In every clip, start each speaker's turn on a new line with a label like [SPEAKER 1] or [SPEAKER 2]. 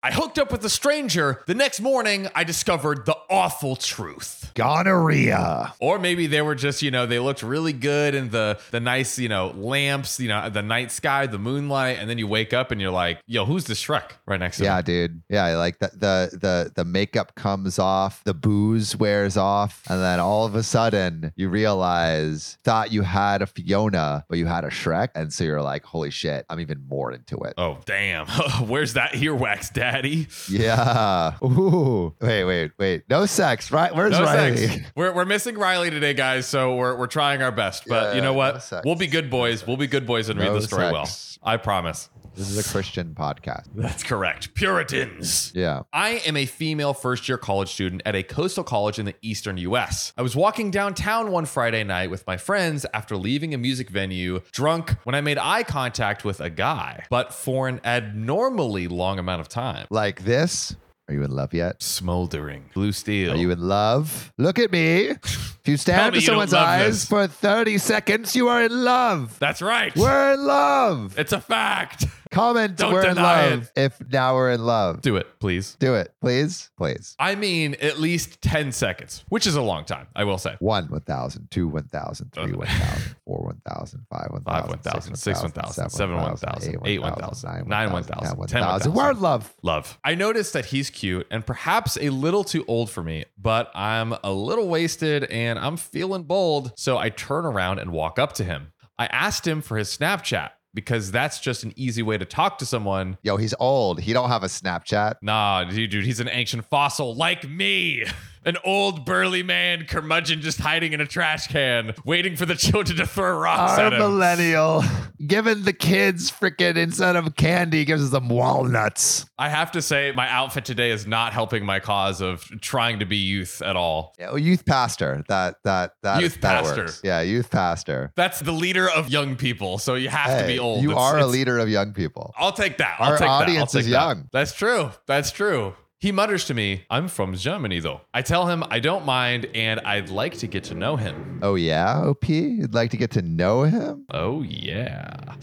[SPEAKER 1] I hooked up with a stranger. The next morning, I discovered the awful truth.
[SPEAKER 2] Gonorrhea.
[SPEAKER 1] Or maybe they were just, you know, they looked really good in the the nice, you know, lamps, you know, the night sky, the moonlight, and then you wake up and you're like, yo, who's this Shrek right next to me?
[SPEAKER 2] Yeah, dude. Yeah, like the, the the the makeup comes off, the booze wears off, and then all of a sudden you realize thought you had a Fiona, but you had a Shrek, and so you're like, holy shit, I'm even more into it.
[SPEAKER 1] Oh, damn. Where's that earwax, daddy?
[SPEAKER 2] Yeah. Ooh. Wait, wait, wait. No sex, right? Where's
[SPEAKER 1] No
[SPEAKER 2] Riley?
[SPEAKER 1] sex. We're, we're missing Riley today, guys, so we're, we're trying our best. But
[SPEAKER 2] Yeah,
[SPEAKER 1] you know
[SPEAKER 2] no
[SPEAKER 1] what?
[SPEAKER 2] sex.
[SPEAKER 1] we'll be good boys. We'll be good boys and read
[SPEAKER 2] No
[SPEAKER 1] the story
[SPEAKER 2] sex.
[SPEAKER 1] well. I promise.
[SPEAKER 2] This is a Christian podcast.
[SPEAKER 1] That's correct. Puritans.
[SPEAKER 2] Yeah.
[SPEAKER 1] I am a female first year college student at a coastal college in the eastern US. I was walking downtown one Friday night with my friends after leaving a music venue drunk when I made eye contact with a guy, but for an abnormally long amount of time.
[SPEAKER 2] Like this. Are you in love yet?
[SPEAKER 1] Smoldering. Blue steel.
[SPEAKER 2] Are you in love? Look at me. If you stare
[SPEAKER 1] Tell me
[SPEAKER 2] into
[SPEAKER 1] you don't
[SPEAKER 2] someone's
[SPEAKER 1] love
[SPEAKER 2] eyes
[SPEAKER 1] this.
[SPEAKER 2] for 30 seconds, you are in love.
[SPEAKER 1] That's right.
[SPEAKER 2] We're in love.
[SPEAKER 1] it's a fact.
[SPEAKER 2] Comment
[SPEAKER 1] Don't
[SPEAKER 2] we're in
[SPEAKER 1] deny
[SPEAKER 2] love if now we're in love.
[SPEAKER 1] Do it, please.
[SPEAKER 2] Do it, please. Please.
[SPEAKER 1] I mean, at least 10 seconds, which is a long time, I will say.
[SPEAKER 2] One, 1,000, two, 1,000, three, 1,000, four, 1,000, five, 1,000,
[SPEAKER 1] 1,000, six 1,000, seven 1,000, eight 1,000, nine 1,000, 10
[SPEAKER 2] 1,000. We're in love.
[SPEAKER 1] Love. I noticed that he's cute and perhaps a little too old for me, but I'm a little wasted and I'm feeling bold. So I turn around and walk up to him. I asked him for his Snapchat because that's just an easy way to talk to someone.
[SPEAKER 2] Yo, he's old. He don't have a Snapchat.
[SPEAKER 1] Nah, dude, dude, he's an ancient fossil like me. An old burly man, curmudgeon just hiding in a trash can, waiting for the children to throw rocks
[SPEAKER 2] Our
[SPEAKER 1] at him.
[SPEAKER 2] millennial giving the kids freaking instead of candy gives them walnuts.
[SPEAKER 1] I have to say, my outfit today is not helping my cause of trying to be youth at all.
[SPEAKER 2] Yeah, well, youth pastor. That that that
[SPEAKER 1] Youth
[SPEAKER 2] that
[SPEAKER 1] pastor.
[SPEAKER 2] works. Yeah, youth pastor.
[SPEAKER 1] That's the leader of young people, so you have to
[SPEAKER 2] Hey,
[SPEAKER 1] be old.
[SPEAKER 2] You
[SPEAKER 1] It's-
[SPEAKER 2] are a
[SPEAKER 1] it's-
[SPEAKER 2] leader of young people.
[SPEAKER 1] I'll take that. I'll
[SPEAKER 2] Our
[SPEAKER 1] take that. I'll
[SPEAKER 2] audience
[SPEAKER 1] take
[SPEAKER 2] is
[SPEAKER 1] that.
[SPEAKER 2] young.
[SPEAKER 1] That's true. That's true. He mutters to me, "I'm from Germany, though." I tell him I don't mind and I'd like to get to know him.
[SPEAKER 2] Oh yeah, OP. You'd like to get to know him.
[SPEAKER 1] Oh yeah.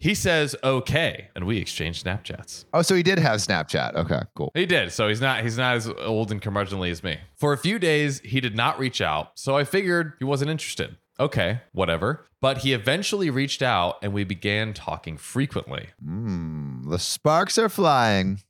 [SPEAKER 1] He says okay, and we exchange Snapchats.
[SPEAKER 2] Oh, so he did have Snapchat. Okay, cool.
[SPEAKER 1] He did. So he's not he's not as old and curmudgeonly as me. For a few days, he did not reach out, so I figured he wasn't interested. Okay, whatever. But he eventually reached out and we began talking frequently.
[SPEAKER 2] Mm, the sparks are flying.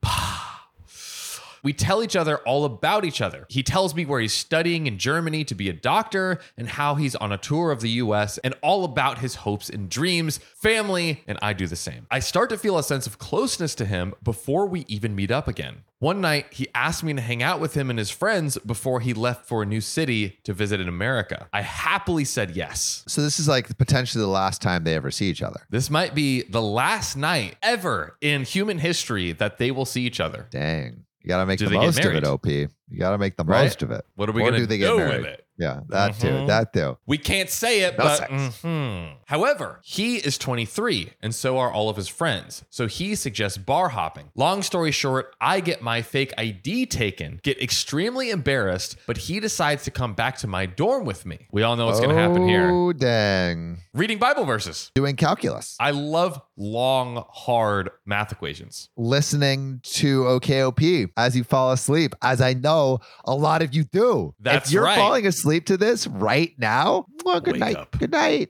[SPEAKER 1] We tell each other all about each other. He tells me where he's studying in Germany to be a doctor and how he's on a tour of the US and all about his hopes and dreams, family, and I do the same. I start to feel a sense of closeness to him before we even meet up again. One night, he asked me to hang out with him and his friends before he left for a new city to visit in America. I happily said yes.
[SPEAKER 2] So this is like potentially the last time they ever see each other.
[SPEAKER 1] This might be the last night ever in human history that they will see each other.
[SPEAKER 2] Dang. You gotta make
[SPEAKER 1] Do
[SPEAKER 2] the
[SPEAKER 1] they get
[SPEAKER 2] most of
[SPEAKER 1] married?
[SPEAKER 2] it, OP. You gotta make the
[SPEAKER 1] Right?
[SPEAKER 2] most of it.
[SPEAKER 1] What are we
[SPEAKER 2] Or
[SPEAKER 1] going to
[SPEAKER 2] do they
[SPEAKER 1] do,
[SPEAKER 2] get married?
[SPEAKER 1] with it?
[SPEAKER 2] Yeah, that too.
[SPEAKER 1] Mhm.
[SPEAKER 2] That too.
[SPEAKER 1] We can't say it,
[SPEAKER 2] No
[SPEAKER 1] but
[SPEAKER 2] sex.
[SPEAKER 1] Mhm. however, he is 23, and so are all of his friends. So he suggests bar hopping. Long story short, I get my fake ID taken, get extremely embarrassed, but he decides to come back to my dorm with me. We all know what's going to happen here.
[SPEAKER 2] Oh dang.
[SPEAKER 1] Reading Bible verses.
[SPEAKER 2] Doing calculus.
[SPEAKER 1] I love long, hard math equations.
[SPEAKER 2] listening to OKOP as you fall asleep, as I know a lot of you do.
[SPEAKER 1] That's
[SPEAKER 2] if you're
[SPEAKER 1] right.
[SPEAKER 2] falling asleep to this right now, well, good
[SPEAKER 1] Wake
[SPEAKER 2] night.
[SPEAKER 1] up.
[SPEAKER 2] Good night.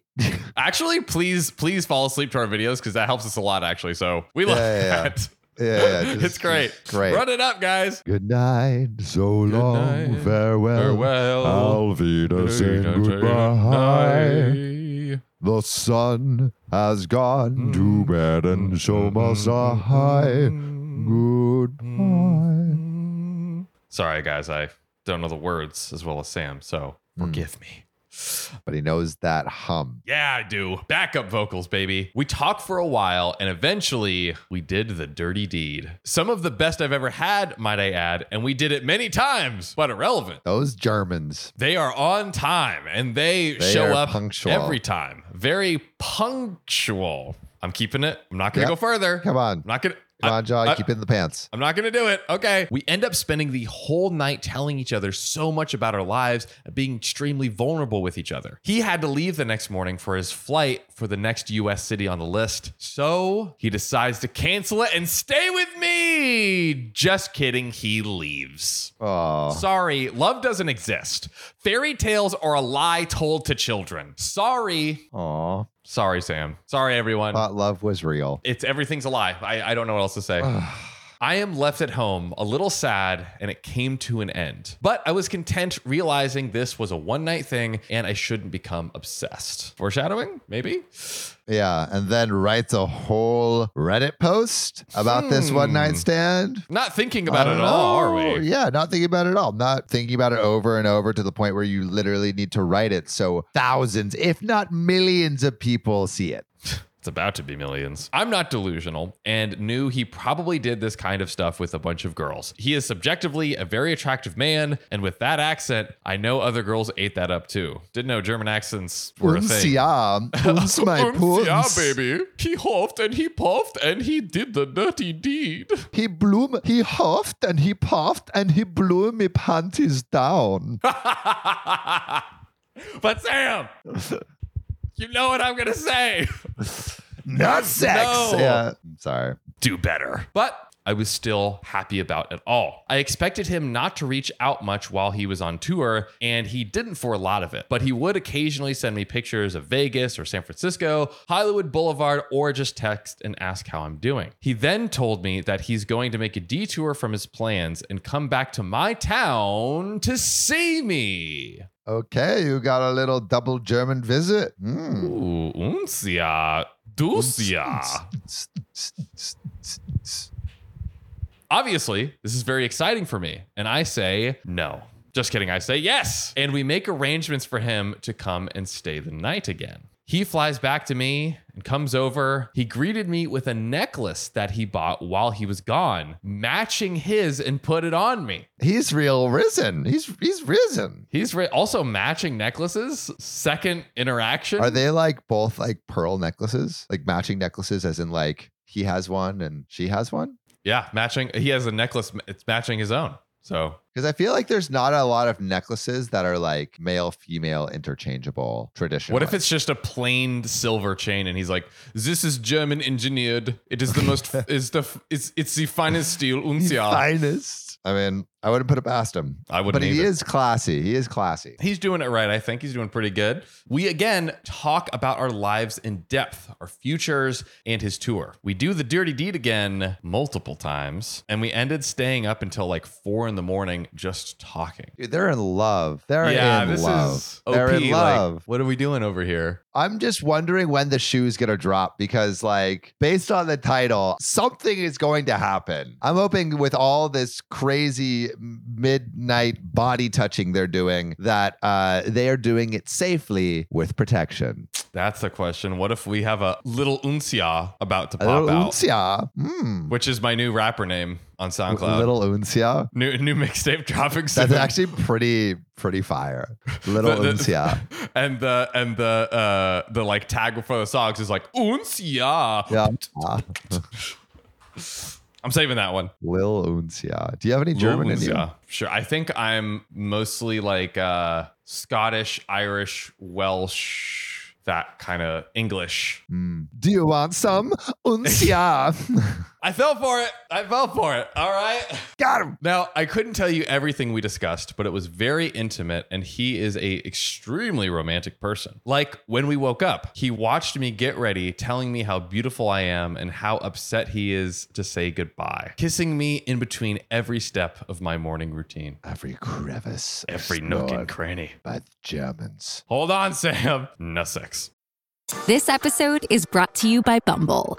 [SPEAKER 1] Actually, please, please fall asleep to our videos because that helps us a lot, actually. So we love
[SPEAKER 2] Yeah, yeah, yeah.
[SPEAKER 1] that.
[SPEAKER 2] Yeah, yeah, just-
[SPEAKER 1] it's great.
[SPEAKER 2] just Great.
[SPEAKER 1] Run it up, guys.
[SPEAKER 2] Good night. So
[SPEAKER 1] Good
[SPEAKER 2] long.
[SPEAKER 1] night.
[SPEAKER 2] Farewell.
[SPEAKER 1] Farewell.
[SPEAKER 2] Auf Wiedersehen. Goodbye. The sun has gone
[SPEAKER 1] Mm.
[SPEAKER 2] to bed and so must I.
[SPEAKER 1] mm.
[SPEAKER 2] Goodbye.
[SPEAKER 1] Sorry, guys, I don't know the words as well as Sam, so
[SPEAKER 2] Mm.
[SPEAKER 1] forgive me.
[SPEAKER 2] But he knows that hum.
[SPEAKER 1] Yeah, I do. Backup vocals, baby. We talked for a while and eventually we did the dirty deed. Some of the best I've ever had, might I add, and we did it many times, but irrelevant.
[SPEAKER 2] Those Germans.
[SPEAKER 1] They are on time and they,
[SPEAKER 2] They
[SPEAKER 1] show
[SPEAKER 2] are
[SPEAKER 1] up
[SPEAKER 2] punctual.
[SPEAKER 1] every time. Very punctual. I'm keeping it. I'm not going to
[SPEAKER 2] Yep.
[SPEAKER 1] go further.
[SPEAKER 2] Come on.
[SPEAKER 1] I'm not going to.
[SPEAKER 2] Come on, John.
[SPEAKER 1] I-
[SPEAKER 2] keep it in the pants.
[SPEAKER 1] I'm not going to do it. Okay. We end up spending the whole night telling each other so much about our lives and being extremely vulnerable with each other. He had to leave the next morning for his flight for the next US city on the list. So he decides to cancel it and stay with me. Hey, just kidding. He leaves.
[SPEAKER 2] Oh,
[SPEAKER 1] Sorry, love doesn't exist. Fairy tales are a lie told to children. Sorry.
[SPEAKER 2] oh,
[SPEAKER 1] Sorry, Sam. Sorry, everyone.
[SPEAKER 2] thought love was real.
[SPEAKER 1] it's everything's a lie. I, I don't know what else to say.
[SPEAKER 2] Ugh.
[SPEAKER 1] I am left at home, a little sad, and it came to an end. But I was content realizing this was a one night thing and I shouldn't become obsessed. Foreshadowing, maybe?
[SPEAKER 2] Yeah, and then writes a whole Reddit post about this one
[SPEAKER 1] Hmm.
[SPEAKER 2] night stand.
[SPEAKER 1] Not thinking about
[SPEAKER 2] I
[SPEAKER 1] it
[SPEAKER 2] don't
[SPEAKER 1] at all, are
[SPEAKER 2] know.
[SPEAKER 1] we?
[SPEAKER 2] Oh, Yeah, not thinking about it at all. Not thinking about it over and over to the point where you literally need to write it so thousands, if not millions of people see it.
[SPEAKER 1] It's about to be millions. I'm not delusional and knew he probably did this kind of stuff with a bunch of girls. He is subjectively a very attractive man, and with that accent, I know other girls ate that up too. Didn't know German accents were a
[SPEAKER 2] Uns,
[SPEAKER 1] thing.
[SPEAKER 2] ja, uns, my
[SPEAKER 1] Oops, yeah,
[SPEAKER 2] puns.
[SPEAKER 1] baby. He huffed and he puffed and he did the dirty deed.
[SPEAKER 2] He blew, he huffed and he puffed and he blew me panties down.
[SPEAKER 1] but Sam, you know what I'm gonna say.
[SPEAKER 2] Not sex.
[SPEAKER 1] No.
[SPEAKER 2] Yeah, sorry.
[SPEAKER 1] Do better. But I was still happy about it all. I expected him not to reach out much while he was on tour, and he didn't for a lot of it. But he would occasionally send me pictures of Vegas or San Francisco, Hollywood Boulevard, or just text and ask how I'm doing. He then told me that he's going to make a detour from his plans and come back to my town to see me.
[SPEAKER 2] Okay, you got a little double German visit. Hmm.
[SPEAKER 1] Ooh, uncia, ducia. Obviously, this is very exciting for me. And I say no. Just kidding. I say yes. And we make arrangements for him to come and stay the night again. He flies back to me and comes over. He greeted me with a necklace that he bought while he was gone, matching his and put it on me.
[SPEAKER 2] He's real risen. He's he's risen.
[SPEAKER 1] He's re- also matching necklaces. Second interaction.
[SPEAKER 2] Are they like both like pearl necklaces? Like matching necklaces as in like he has one and she has one?
[SPEAKER 1] yeah, matching. He has a necklace. It's matching his own. So
[SPEAKER 2] Because I feel like there's not a lot of necklaces that are like male female interchangeable traditional.
[SPEAKER 1] What if it's just a plain silver chain and he's like, "This is German engineered. It is the most is the it's it's the finest steel uncia."
[SPEAKER 2] finest? I mean, I wouldn't put it past him.
[SPEAKER 1] I wouldn't
[SPEAKER 2] But he
[SPEAKER 1] either.
[SPEAKER 2] is classy. He is classy.
[SPEAKER 1] He's doing it right. I think he's doing pretty good. We again talk about our lives in depth, our futures, and his tour. We do the dirty deed again multiple times, and we ended staying up until like four in the morning just talking.
[SPEAKER 2] Dude, they're in love. They're
[SPEAKER 1] yeah,
[SPEAKER 2] in
[SPEAKER 1] this
[SPEAKER 2] love.
[SPEAKER 1] is OP.
[SPEAKER 2] they're in
[SPEAKER 1] like,
[SPEAKER 2] love.
[SPEAKER 1] what are we doing over here?
[SPEAKER 2] I'm just wondering when the shoe's gonna drop because, like, based on the title, something is going to happen. I'm hoping with all this crazy midnight body touching they're doing that uh, they are doing it safely with protection.
[SPEAKER 1] That's the question. What if we have a little uncia about to
[SPEAKER 2] A
[SPEAKER 1] pop
[SPEAKER 2] little
[SPEAKER 1] out?
[SPEAKER 2] uncia, mm,
[SPEAKER 1] which is my new rapper name on SoundCloud.
[SPEAKER 2] little uncia.
[SPEAKER 1] new new mixtape dropping soon.
[SPEAKER 2] That's actually pretty pretty fire. Little
[SPEAKER 1] The- the-
[SPEAKER 2] uncia.
[SPEAKER 1] and the and the uh the like tag for the songs is like uns yeah.
[SPEAKER 2] Yeah. Ah,
[SPEAKER 1] I'm saving that one.
[SPEAKER 2] Lil Uncia. Do you have any German in
[SPEAKER 1] Uns,
[SPEAKER 2] you?
[SPEAKER 1] yeah. Sure. I think I'm mostly like uh Scottish, Irish, Welsh, that kind of English.
[SPEAKER 2] Mm. Do you want some uncia?
[SPEAKER 1] I fell for it. I fell for it. All right.
[SPEAKER 2] Got him.
[SPEAKER 1] Now, I couldn't tell you everything we discussed, but it was very intimate and he is a extremely romantic person. Like when we woke up, he watched me get ready, telling me how beautiful I am and how upset he is to say goodbye, kissing me in between every step of my morning routine,
[SPEAKER 2] every crevice,
[SPEAKER 1] every nook and cranny.
[SPEAKER 2] by the Germans.
[SPEAKER 1] Hold on, Sam. No sex.
[SPEAKER 3] This episode is brought to you by Bumble.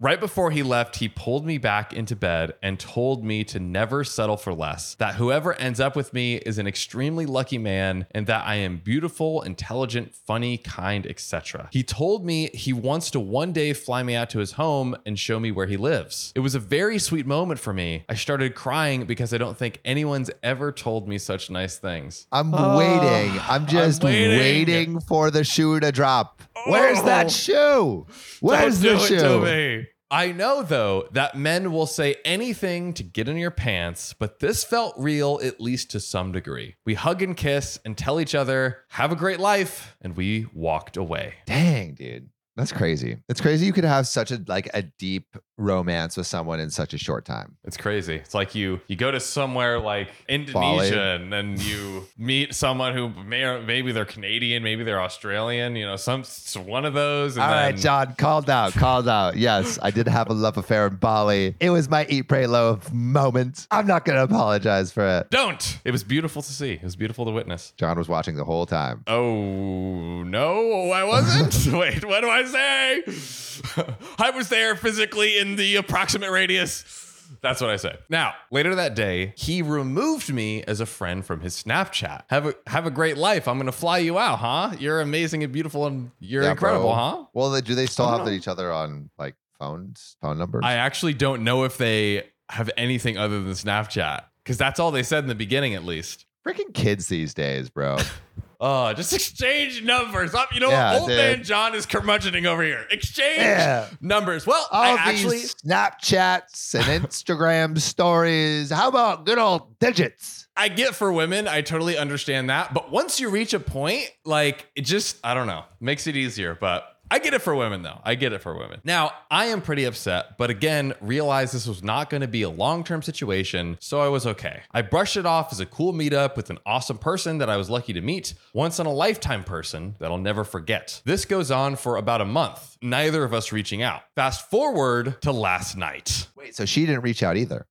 [SPEAKER 1] Right before he left, he pulled me back into bed and told me to never settle for less, that whoever ends up with me is an extremely lucky man, and that I am beautiful, intelligent, funny, kind, etc. He told me he wants to one day fly me out to his home and show me where he lives. It was a very sweet moment for me. I started crying because I don't think anyone's ever told me such nice things.
[SPEAKER 2] I'm waiting. I'm just
[SPEAKER 1] Ah, waiting. Oh.
[SPEAKER 2] waiting. for the shoe to drop. Where's that shoe? Where's
[SPEAKER 1] Don't
[SPEAKER 2] the
[SPEAKER 1] do it to
[SPEAKER 2] shoe?
[SPEAKER 1] me. I know though that men will say anything to get in your pants, but this felt real at least to some degree. We hug and kiss and tell each other, "Have a great life," and we walked away.
[SPEAKER 2] Dang, dude. That's crazy. It's crazy you could have such a like a deep romance with someone in such a short time.
[SPEAKER 1] It's crazy. It's like you you go to somewhere like Indonesia and then you meet someone who may or maybe they're Canadian, maybe they're Australian, you know, some s- one of those. And
[SPEAKER 2] All right,
[SPEAKER 1] then-
[SPEAKER 2] John, called out, called out. Yes, I did have a love affair in Bali. It was my eat, pray, love moment. I'm not going to apologize for it.
[SPEAKER 1] Don't. It was beautiful to see. It was beautiful to witness.
[SPEAKER 2] John was watching the whole time.
[SPEAKER 1] Oh no, I wasn't. Wait, what do I say? I was there physically in the approximate radius. That's what I say. Now, later that day, he removed me as a friend from his Snapchat. Have a have a great life. I'm gonna fly you out, huh? You're amazing and beautiful, and you're
[SPEAKER 2] Yeah,
[SPEAKER 1] incredible,
[SPEAKER 2] bro.
[SPEAKER 1] huh?
[SPEAKER 2] Well, they- do they still
[SPEAKER 1] I don't
[SPEAKER 2] have
[SPEAKER 1] know.
[SPEAKER 2] each other on like phones, phone numbers?
[SPEAKER 1] I actually don't know if they have anything other than Snapchat because that's all they said in the beginning, at least.
[SPEAKER 2] Freaking kids these days, bro.
[SPEAKER 1] Oh, just exchange numbers. Up, you know,
[SPEAKER 2] Yeah,
[SPEAKER 1] old
[SPEAKER 2] dude.
[SPEAKER 1] man John is curmudgeoning over here. Exchange
[SPEAKER 2] Yeah.
[SPEAKER 1] numbers. Well,
[SPEAKER 2] All
[SPEAKER 1] I
[SPEAKER 2] these
[SPEAKER 1] actually
[SPEAKER 2] Snapchats and Instagram stories. How about good old digits?
[SPEAKER 1] I get for women. I totally understand that. But once you reach a point, like it just, I don't know, makes it easier. But I get it for women, though. I get it for women. Now, I am pretty upset, but again, realized this was not going to be a long term situation. So I was okay. I brushed it off as a cool meetup with an awesome person that I was lucky to meet, once in a lifetime person that I'll never forget. This goes on for about a month, neither of us reaching out. Fast forward to last night.
[SPEAKER 2] Wait, so she didn't reach out either.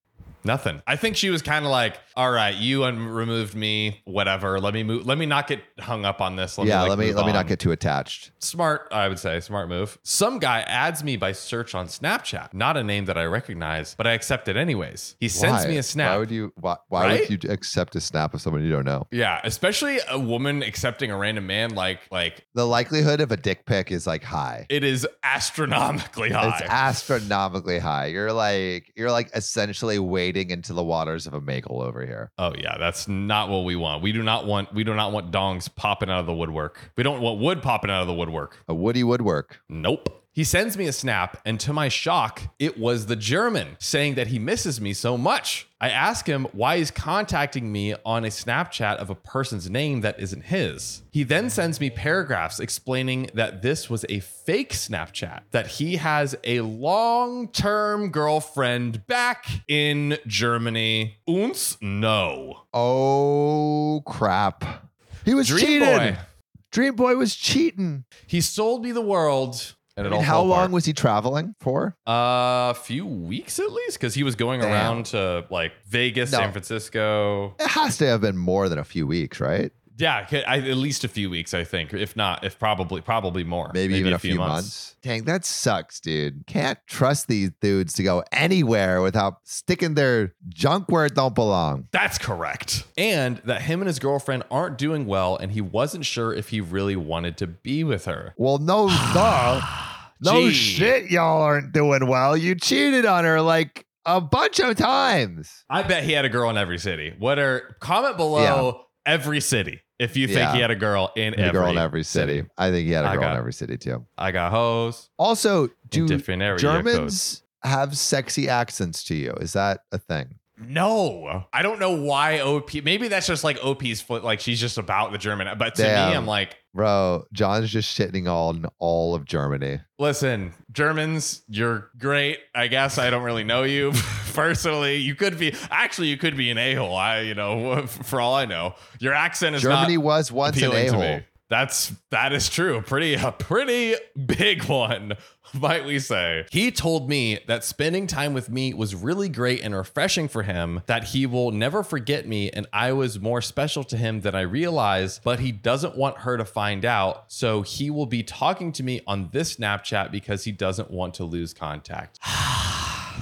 [SPEAKER 1] Nothing. I think she was kind of like, "All right, you un- removed me, whatever. Let me move. Let me not get hung up on this. Let me,
[SPEAKER 2] yeah,
[SPEAKER 1] like,
[SPEAKER 2] let me
[SPEAKER 1] move
[SPEAKER 2] let me
[SPEAKER 1] on."
[SPEAKER 2] not get too attached.
[SPEAKER 1] smart. I would say smart move. Some guy adds me by search on Snapchat. Not a name that I recognize, but I accept it anyways. He sends
[SPEAKER 2] Why?
[SPEAKER 1] me a snap.
[SPEAKER 2] Why would you? Why, why
[SPEAKER 1] Right?
[SPEAKER 2] would you accept a snap of someone you don't know?
[SPEAKER 1] yeah, especially a woman accepting a random man like like
[SPEAKER 2] The likelihood of a dick pic is like high.
[SPEAKER 1] it is astronomically
[SPEAKER 2] It's
[SPEAKER 1] high.
[SPEAKER 2] astronomically high. You're like you're like essentially wading into the waters of a makel over here.
[SPEAKER 1] oh yeah, that's not what we want. We do not want we do not want dongs popping out of the woodwork. We don't want wood popping out of the woodwork.
[SPEAKER 2] A Woody Woodwork.
[SPEAKER 1] Nope. He sends me a snap, and to my shock, it was the German saying that he misses me so much. I ask him why he's contacting me on a Snapchat of a person's name that isn't his. He then sends me paragraphs explaining that this was a fake Snapchat, that he has a long term girlfriend back in Germany. Uns no.
[SPEAKER 2] Oh crap! He was
[SPEAKER 1] Dream
[SPEAKER 2] cheating.
[SPEAKER 1] boy.
[SPEAKER 2] Dream boy was cheating.
[SPEAKER 1] He sold me the world. And it all
[SPEAKER 2] And how
[SPEAKER 1] fell apart.
[SPEAKER 2] long was he traveling for?
[SPEAKER 1] A Uh, few weeks at least, because he was going
[SPEAKER 2] Damn.
[SPEAKER 1] around to like Vegas,
[SPEAKER 2] No.
[SPEAKER 1] San Francisco.
[SPEAKER 2] It has to have been more than a few weeks, right?
[SPEAKER 1] Yeah, c- I- at least a few weeks, I think. If not, if probably, probably more.
[SPEAKER 2] Maybe, even a few, months. Dang, that sucks, dude. Can't trust these dudes to go anywhere without sticking their junk where it don't belong.
[SPEAKER 1] That's correct. And that him and his girlfriend aren't doing well, and he wasn't sure if he really wanted to be with her.
[SPEAKER 2] Well, no, duh. No
[SPEAKER 1] Gee.
[SPEAKER 2] shit, y'all aren't doing well. You cheated on her like a bunch of times.
[SPEAKER 1] I bet he had a girl in every city. What are comment below every city if you think
[SPEAKER 2] Yeah.
[SPEAKER 1] he had a girl in,
[SPEAKER 2] Had
[SPEAKER 1] every,
[SPEAKER 2] a girl in every city. I think he had
[SPEAKER 1] I
[SPEAKER 2] a girl
[SPEAKER 1] got-
[SPEAKER 2] in every city too.
[SPEAKER 1] I got hoes.
[SPEAKER 2] Also, do
[SPEAKER 1] different area
[SPEAKER 2] Germans have sexy accents to you? Is that a thing?
[SPEAKER 1] No, I don't know why OP. Maybe that's just like OP's foot. Like she's just about the German. But to me,
[SPEAKER 2] Damn.
[SPEAKER 1] I'm like,
[SPEAKER 2] Bro, John's just shitting on all of Germany.
[SPEAKER 1] listen, Germans, you're great. I guess I don't really know you personally. You could be actually, you could be an a hole. I, you know, for all I know, your accent is
[SPEAKER 2] Germany
[SPEAKER 1] not
[SPEAKER 2] was once an
[SPEAKER 1] appealing
[SPEAKER 2] a
[SPEAKER 1] to
[SPEAKER 2] hole.
[SPEAKER 1] me. That's that is true. Pretty a pretty big one, might we say. He told me that spending time with me was really great and refreshing for him, that he will never forget me and I was more special to him than I realized, but he doesn't want her to find out, so he will be talking to me on this Snapchat because he doesn't want to lose contact.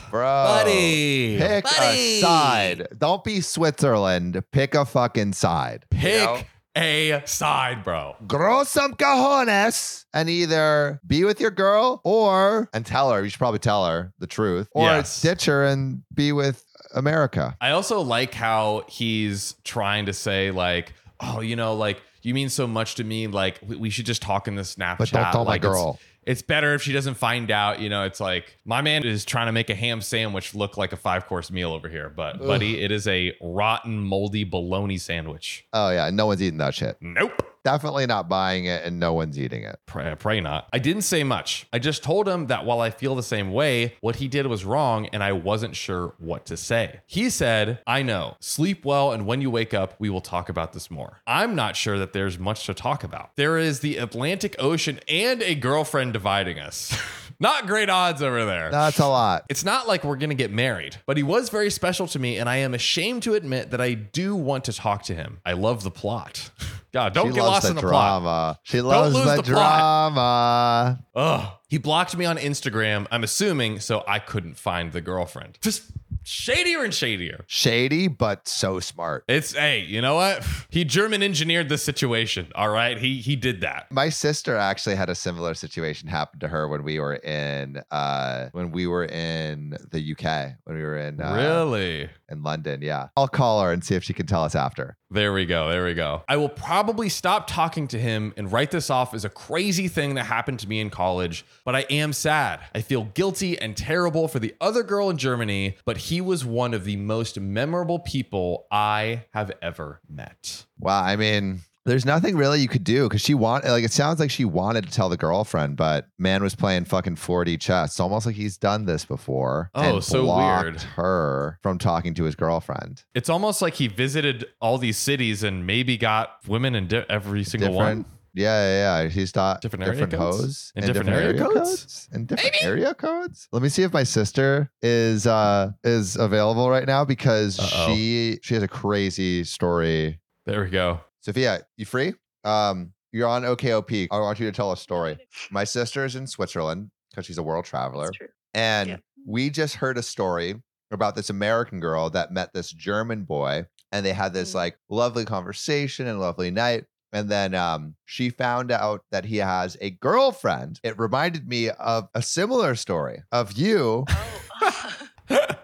[SPEAKER 2] Bro.
[SPEAKER 1] Buddy.
[SPEAKER 2] Oh, Pick
[SPEAKER 1] Buddy.
[SPEAKER 2] a side. Don't be Switzerland. Pick a fucking side.
[SPEAKER 1] Pick a side, bro.
[SPEAKER 2] Grow some cojones and either be with your girl or, and tell her, you should probably tell her the truth, or
[SPEAKER 1] Yes.
[SPEAKER 2] ditch her and be with America.
[SPEAKER 1] I also like how he's trying to say like, oh, you know, like you mean so much to me. Like we, we should just talk in the Snapchat.
[SPEAKER 2] But don't tell my
[SPEAKER 1] Like, it's-
[SPEAKER 2] girl.
[SPEAKER 1] It's, better if she doesn't find out. You know, it's like my man is trying to make a ham sandwich look like a five course meal over here, but buddy, it is a rotten, moldy bologna sandwich.
[SPEAKER 2] Oh, yeah. No one's eating that shit.
[SPEAKER 1] Nope.
[SPEAKER 2] Definitely not buying it and no one's eating it.
[SPEAKER 1] Pray, pray not. I didn't say much. I just told him that while I feel the same way, what he did was wrong and I wasn't sure what to say. He said, I know. Sleep well, and when you wake up, we will talk about this more. I'm not sure that there's much to talk about. There is the Atlantic Ocean and a girlfriend dividing us. not great odds over there.
[SPEAKER 2] That's a lot.
[SPEAKER 1] It's not like we're going to get married, but he was very special to me, and I am ashamed to admit that I do want to talk to him. I love the plot. God, don't
[SPEAKER 2] she
[SPEAKER 1] get
[SPEAKER 2] loves
[SPEAKER 1] lost
[SPEAKER 2] the
[SPEAKER 1] in the plot.
[SPEAKER 2] drama. She loves
[SPEAKER 1] lose
[SPEAKER 2] the,
[SPEAKER 1] the plot.
[SPEAKER 2] drama.
[SPEAKER 1] Ugh. He blocked me on Instagram, I'm assuming, so I couldn't find the girlfriend. Just shadier and shadier.
[SPEAKER 2] Shady, but so smart.
[SPEAKER 1] It's hey, you know what? He German engineered this situation. All right. He he did that.
[SPEAKER 2] My sister actually had a similar situation happen to her when we were in uh when we were in the UK when we were in uh,
[SPEAKER 1] Really?
[SPEAKER 2] in London. Yeah, I'll call her and see if she can tell us after.
[SPEAKER 1] There we go. There we go. I will probably stop talking to him and write this off as a crazy thing that happened to me in college, but I am sad. I feel guilty and terrible for the other girl in Germany, but he was one of the most memorable people I have ever met.
[SPEAKER 2] Wow, I mean. There's nothing really you could do because she want like it sounds like she wanted to tell the girlfriend, but man was playing fucking 40 chess. It's almost like he's done this before.
[SPEAKER 1] Oh,
[SPEAKER 2] and
[SPEAKER 1] so
[SPEAKER 2] blocked
[SPEAKER 1] weird.
[SPEAKER 2] Her from talking to his girlfriend.
[SPEAKER 1] It's almost like he visited all these cities and maybe got women in di- every single
[SPEAKER 2] different.
[SPEAKER 1] one.
[SPEAKER 2] Yeah, yeah, yeah. He's not
[SPEAKER 1] Different
[SPEAKER 2] different,
[SPEAKER 1] area codes?
[SPEAKER 2] hoes
[SPEAKER 1] And different area codes?
[SPEAKER 2] and different area codes. Let me see if my sister is uh is available right now because
[SPEAKER 1] Uh-oh.
[SPEAKER 2] she she has a crazy story.
[SPEAKER 1] There we go.
[SPEAKER 2] Sophia, you free? Um, you're on OKOP. I want you to tell a story. My sister is in Switzerland because she's a world traveler,
[SPEAKER 4] true.
[SPEAKER 2] and
[SPEAKER 4] Yeah.
[SPEAKER 2] we just heard a story about this American girl that met this German boy, and they had this
[SPEAKER 4] Mm.
[SPEAKER 2] like lovely conversation and lovely night. And then um, she found out that he has a girlfriend. It reminded me of a similar story of you.
[SPEAKER 4] Oh.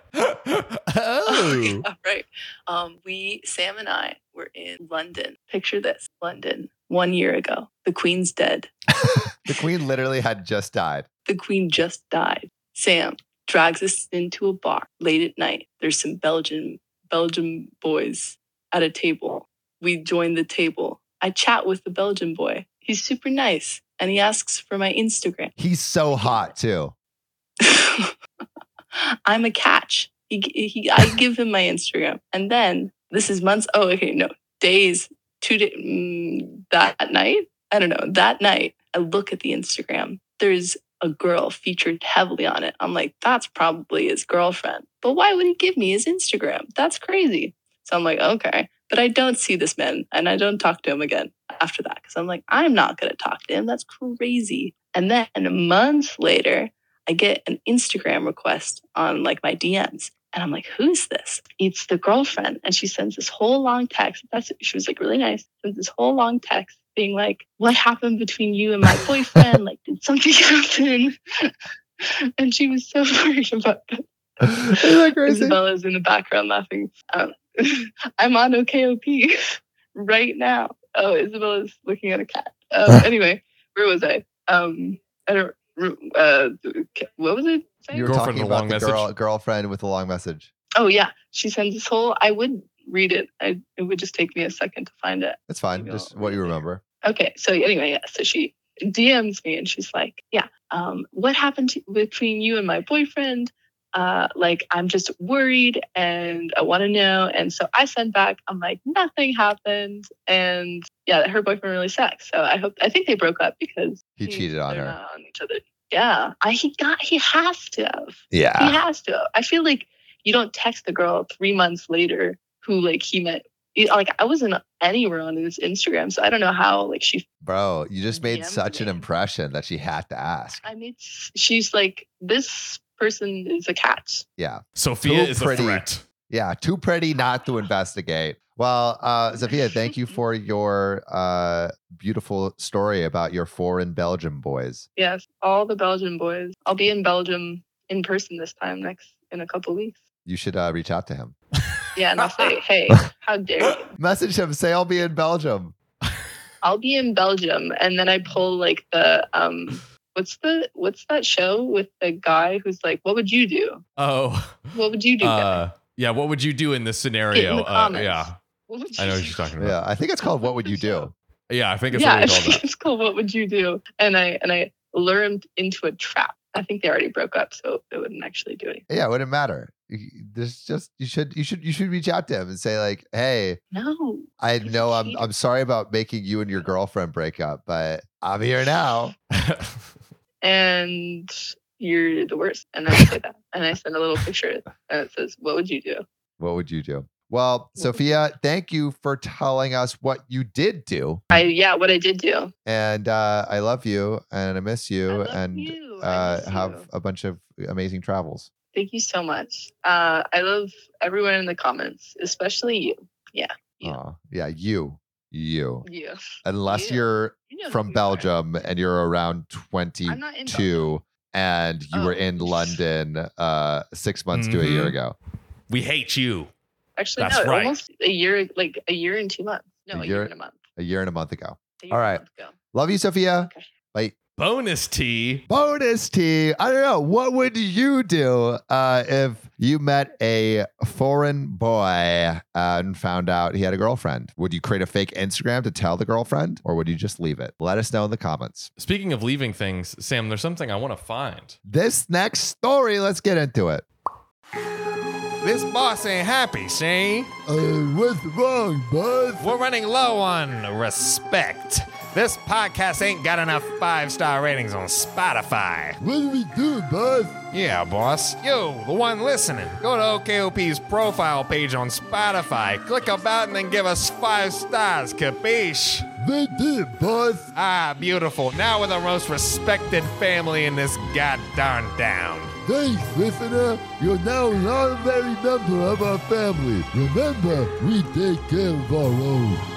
[SPEAKER 1] oh.
[SPEAKER 4] yeah, right. Um, we, Sam and I, were in London. Picture this London, one year ago. The Queen's dead.
[SPEAKER 2] The queen literally had just died.
[SPEAKER 4] The Queen just died. Sam drags us into a bar late at night. There's some Belgian Belgian boys at a table. We join the table. I chat with the Belgian boy. He's super nice, and he asks for my Instagram.
[SPEAKER 2] He's so hot too.
[SPEAKER 4] I'm a catch. He, he, I give him my Instagram, and then this is months. Oh, okay, no, days, two days. Mm, that night, I don't know. That night, I look at the Instagram. There's a girl featured heavily on it. I'm like, that's probably his girlfriend. But why would he give me his Instagram? That's crazy. So I'm like, okay. But I don't see this man, and I don't talk to him again after that because I'm like, I'm not gonna talk to him. That's crazy. And then months later, I get an Instagram request on like my DMs. And I'm like, who's this? It's the girlfriend. And she sends this whole long text. That's she was like really nice. Sends this whole long text being like, what happened between you and my boyfriend? like, did something happen? and she was so worried about that.
[SPEAKER 2] Isn't that crazy?
[SPEAKER 4] Isabella's in the background laughing. Um, I'm on OKOP right now. Oh, Isabella's looking at a cat. Um, anyway, where was I? Um, I don't. re- Uh, what was it?
[SPEAKER 2] You were
[SPEAKER 1] Girlfriend
[SPEAKER 2] talking
[SPEAKER 1] with a long
[SPEAKER 2] about the
[SPEAKER 1] message.
[SPEAKER 2] girl, girlfriend with a long message.
[SPEAKER 4] Oh yeah, she sends this whole. I would read it. I it would just take me a second to find it.
[SPEAKER 2] That's fine.
[SPEAKER 4] Email
[SPEAKER 2] Just what you
[SPEAKER 4] later.
[SPEAKER 2] remember.
[SPEAKER 4] Okay, so anyway, yeah. So she DMs me and she's like, "Yeah, um, what happened to, between you and my boyfriend? uh, like I'm just worried and I want to know. And so I send back, I'm like, nothing happened. And yeah, her boyfriend really sucks. So I hope I think they broke up because
[SPEAKER 2] He cheated on
[SPEAKER 4] they're
[SPEAKER 2] her.
[SPEAKER 4] not on each other. Yeah, I, he got he has to have. He
[SPEAKER 1] Ah.
[SPEAKER 2] Yeah.
[SPEAKER 4] has to. have. I feel like you don't text the girl three months later who like he met. you- Like I wasn't anywhere on his Instagram, so I don't know how like she
[SPEAKER 2] Bro, you just made
[SPEAKER 4] DM'd
[SPEAKER 2] such an
[SPEAKER 4] me.
[SPEAKER 2] impression that she had to ask.
[SPEAKER 4] I mean, she's like, this person is a catch.
[SPEAKER 2] Yeah.
[SPEAKER 1] Sophia
[SPEAKER 2] Too
[SPEAKER 1] is
[SPEAKER 2] pretty.
[SPEAKER 1] a threat.
[SPEAKER 2] Yeah. Too pretty not to investigate. Well, uh, Sophia, thank you for your uh, beautiful story about your foreign Belgium boys.
[SPEAKER 4] Yes, all the Belgian boys. I'll be in Belgium in person this time next in a couple weeks.
[SPEAKER 2] You should uh, reach out to him.
[SPEAKER 4] Yeah, and I'll say, hey, how dare you?
[SPEAKER 2] Message him. Say I'll be in Belgium.
[SPEAKER 4] I'll be in Belgium, and then I pull like the um, what's the what's that show with the guy who's like, what would you do?
[SPEAKER 1] Oh,
[SPEAKER 4] What would you do? guy?
[SPEAKER 1] uh, yeah. What would you do in this scenario? uh,
[SPEAKER 4] comments.
[SPEAKER 1] yeah,
[SPEAKER 4] What would
[SPEAKER 1] I know
[SPEAKER 4] you
[SPEAKER 1] what
[SPEAKER 4] do?"
[SPEAKER 1] you're talking about.
[SPEAKER 2] Yeah. I think it's called What Would You Do?
[SPEAKER 1] Yeah, I think it's
[SPEAKER 4] yeah, I
[SPEAKER 1] what we call
[SPEAKER 4] think
[SPEAKER 1] that.
[SPEAKER 4] it's cool. What would you do? And I and I lure him into a trap. I think they already broke up, so it wouldn't actually do anything.
[SPEAKER 2] Yeah, it wouldn't matter. You- There's just you should you should you should reach out to him and say like, hey,
[SPEAKER 4] No,
[SPEAKER 2] I
[SPEAKER 4] He's
[SPEAKER 2] know I'm
[SPEAKER 4] cheating.
[SPEAKER 2] I'm sorry about making you and your girlfriend break up, but I'm here now.
[SPEAKER 4] and you're the worst. And I say that. And I send a little picture and it says, What would you do?
[SPEAKER 2] What would you do? Well, Sophia, thank you for telling us what you did do.
[SPEAKER 4] I yeah, what I did do.
[SPEAKER 2] And uh, I love you and I miss you
[SPEAKER 4] I love
[SPEAKER 2] and
[SPEAKER 4] you. I
[SPEAKER 2] uh,
[SPEAKER 4] miss
[SPEAKER 2] have
[SPEAKER 4] you.
[SPEAKER 2] a bunch of amazing travels.
[SPEAKER 4] Thank you so much. Uh, I love everyone in the comments, especially you. Yeah.
[SPEAKER 2] Aw, yeah, you. You.
[SPEAKER 4] You.
[SPEAKER 2] Unless
[SPEAKER 4] You.
[SPEAKER 2] you're
[SPEAKER 4] you know
[SPEAKER 2] from
[SPEAKER 4] who you are.
[SPEAKER 2] Belgium and you're around 20
[SPEAKER 4] I'm not in
[SPEAKER 2] two and you were
[SPEAKER 4] Oh. Mm-hmm.
[SPEAKER 2] in London uh six months to a year
[SPEAKER 1] Mhm.
[SPEAKER 2] ago.
[SPEAKER 1] we hate you.
[SPEAKER 4] Actually,
[SPEAKER 1] That's
[SPEAKER 4] no,
[SPEAKER 1] right.
[SPEAKER 4] almost a year, like a year and two months. No,
[SPEAKER 2] A
[SPEAKER 4] a,
[SPEAKER 2] year-
[SPEAKER 4] year and a month.
[SPEAKER 2] A year and a month ago.
[SPEAKER 4] A year
[SPEAKER 2] All
[SPEAKER 4] and
[SPEAKER 2] right.
[SPEAKER 4] a month ago.
[SPEAKER 2] Love you, Sophia.
[SPEAKER 4] Okay.
[SPEAKER 2] Bye.
[SPEAKER 1] Bonus T.
[SPEAKER 2] Bonus T. I don't know. What would you do uh, if you met a foreign boy uh, and found out he had a girlfriend? Would you create a fake Instagram to tell the girlfriend or would you just leave it? Let us know in the comments.
[SPEAKER 1] Speaking of leaving things, Sam, there's something I want to find.
[SPEAKER 2] This next story, let's get into it.
[SPEAKER 1] This boss ain't happy, see?
[SPEAKER 2] Uh, what's wrong, bud?
[SPEAKER 1] We're running low on respect. This podcast ain't got enough five star ratings on Spotify.
[SPEAKER 2] What do we do, bud?
[SPEAKER 1] Yeah, boss. You, the one listening, go to OKOP's profile page on Spotify, click about, and then give us five stars, capiche?
[SPEAKER 2] They did, bud.
[SPEAKER 1] Ah, beautiful. Now we're the most respected family in this goddamn town.
[SPEAKER 2] Thanks, listener. You're now an honorary member of our family. Remember, we take care of our own.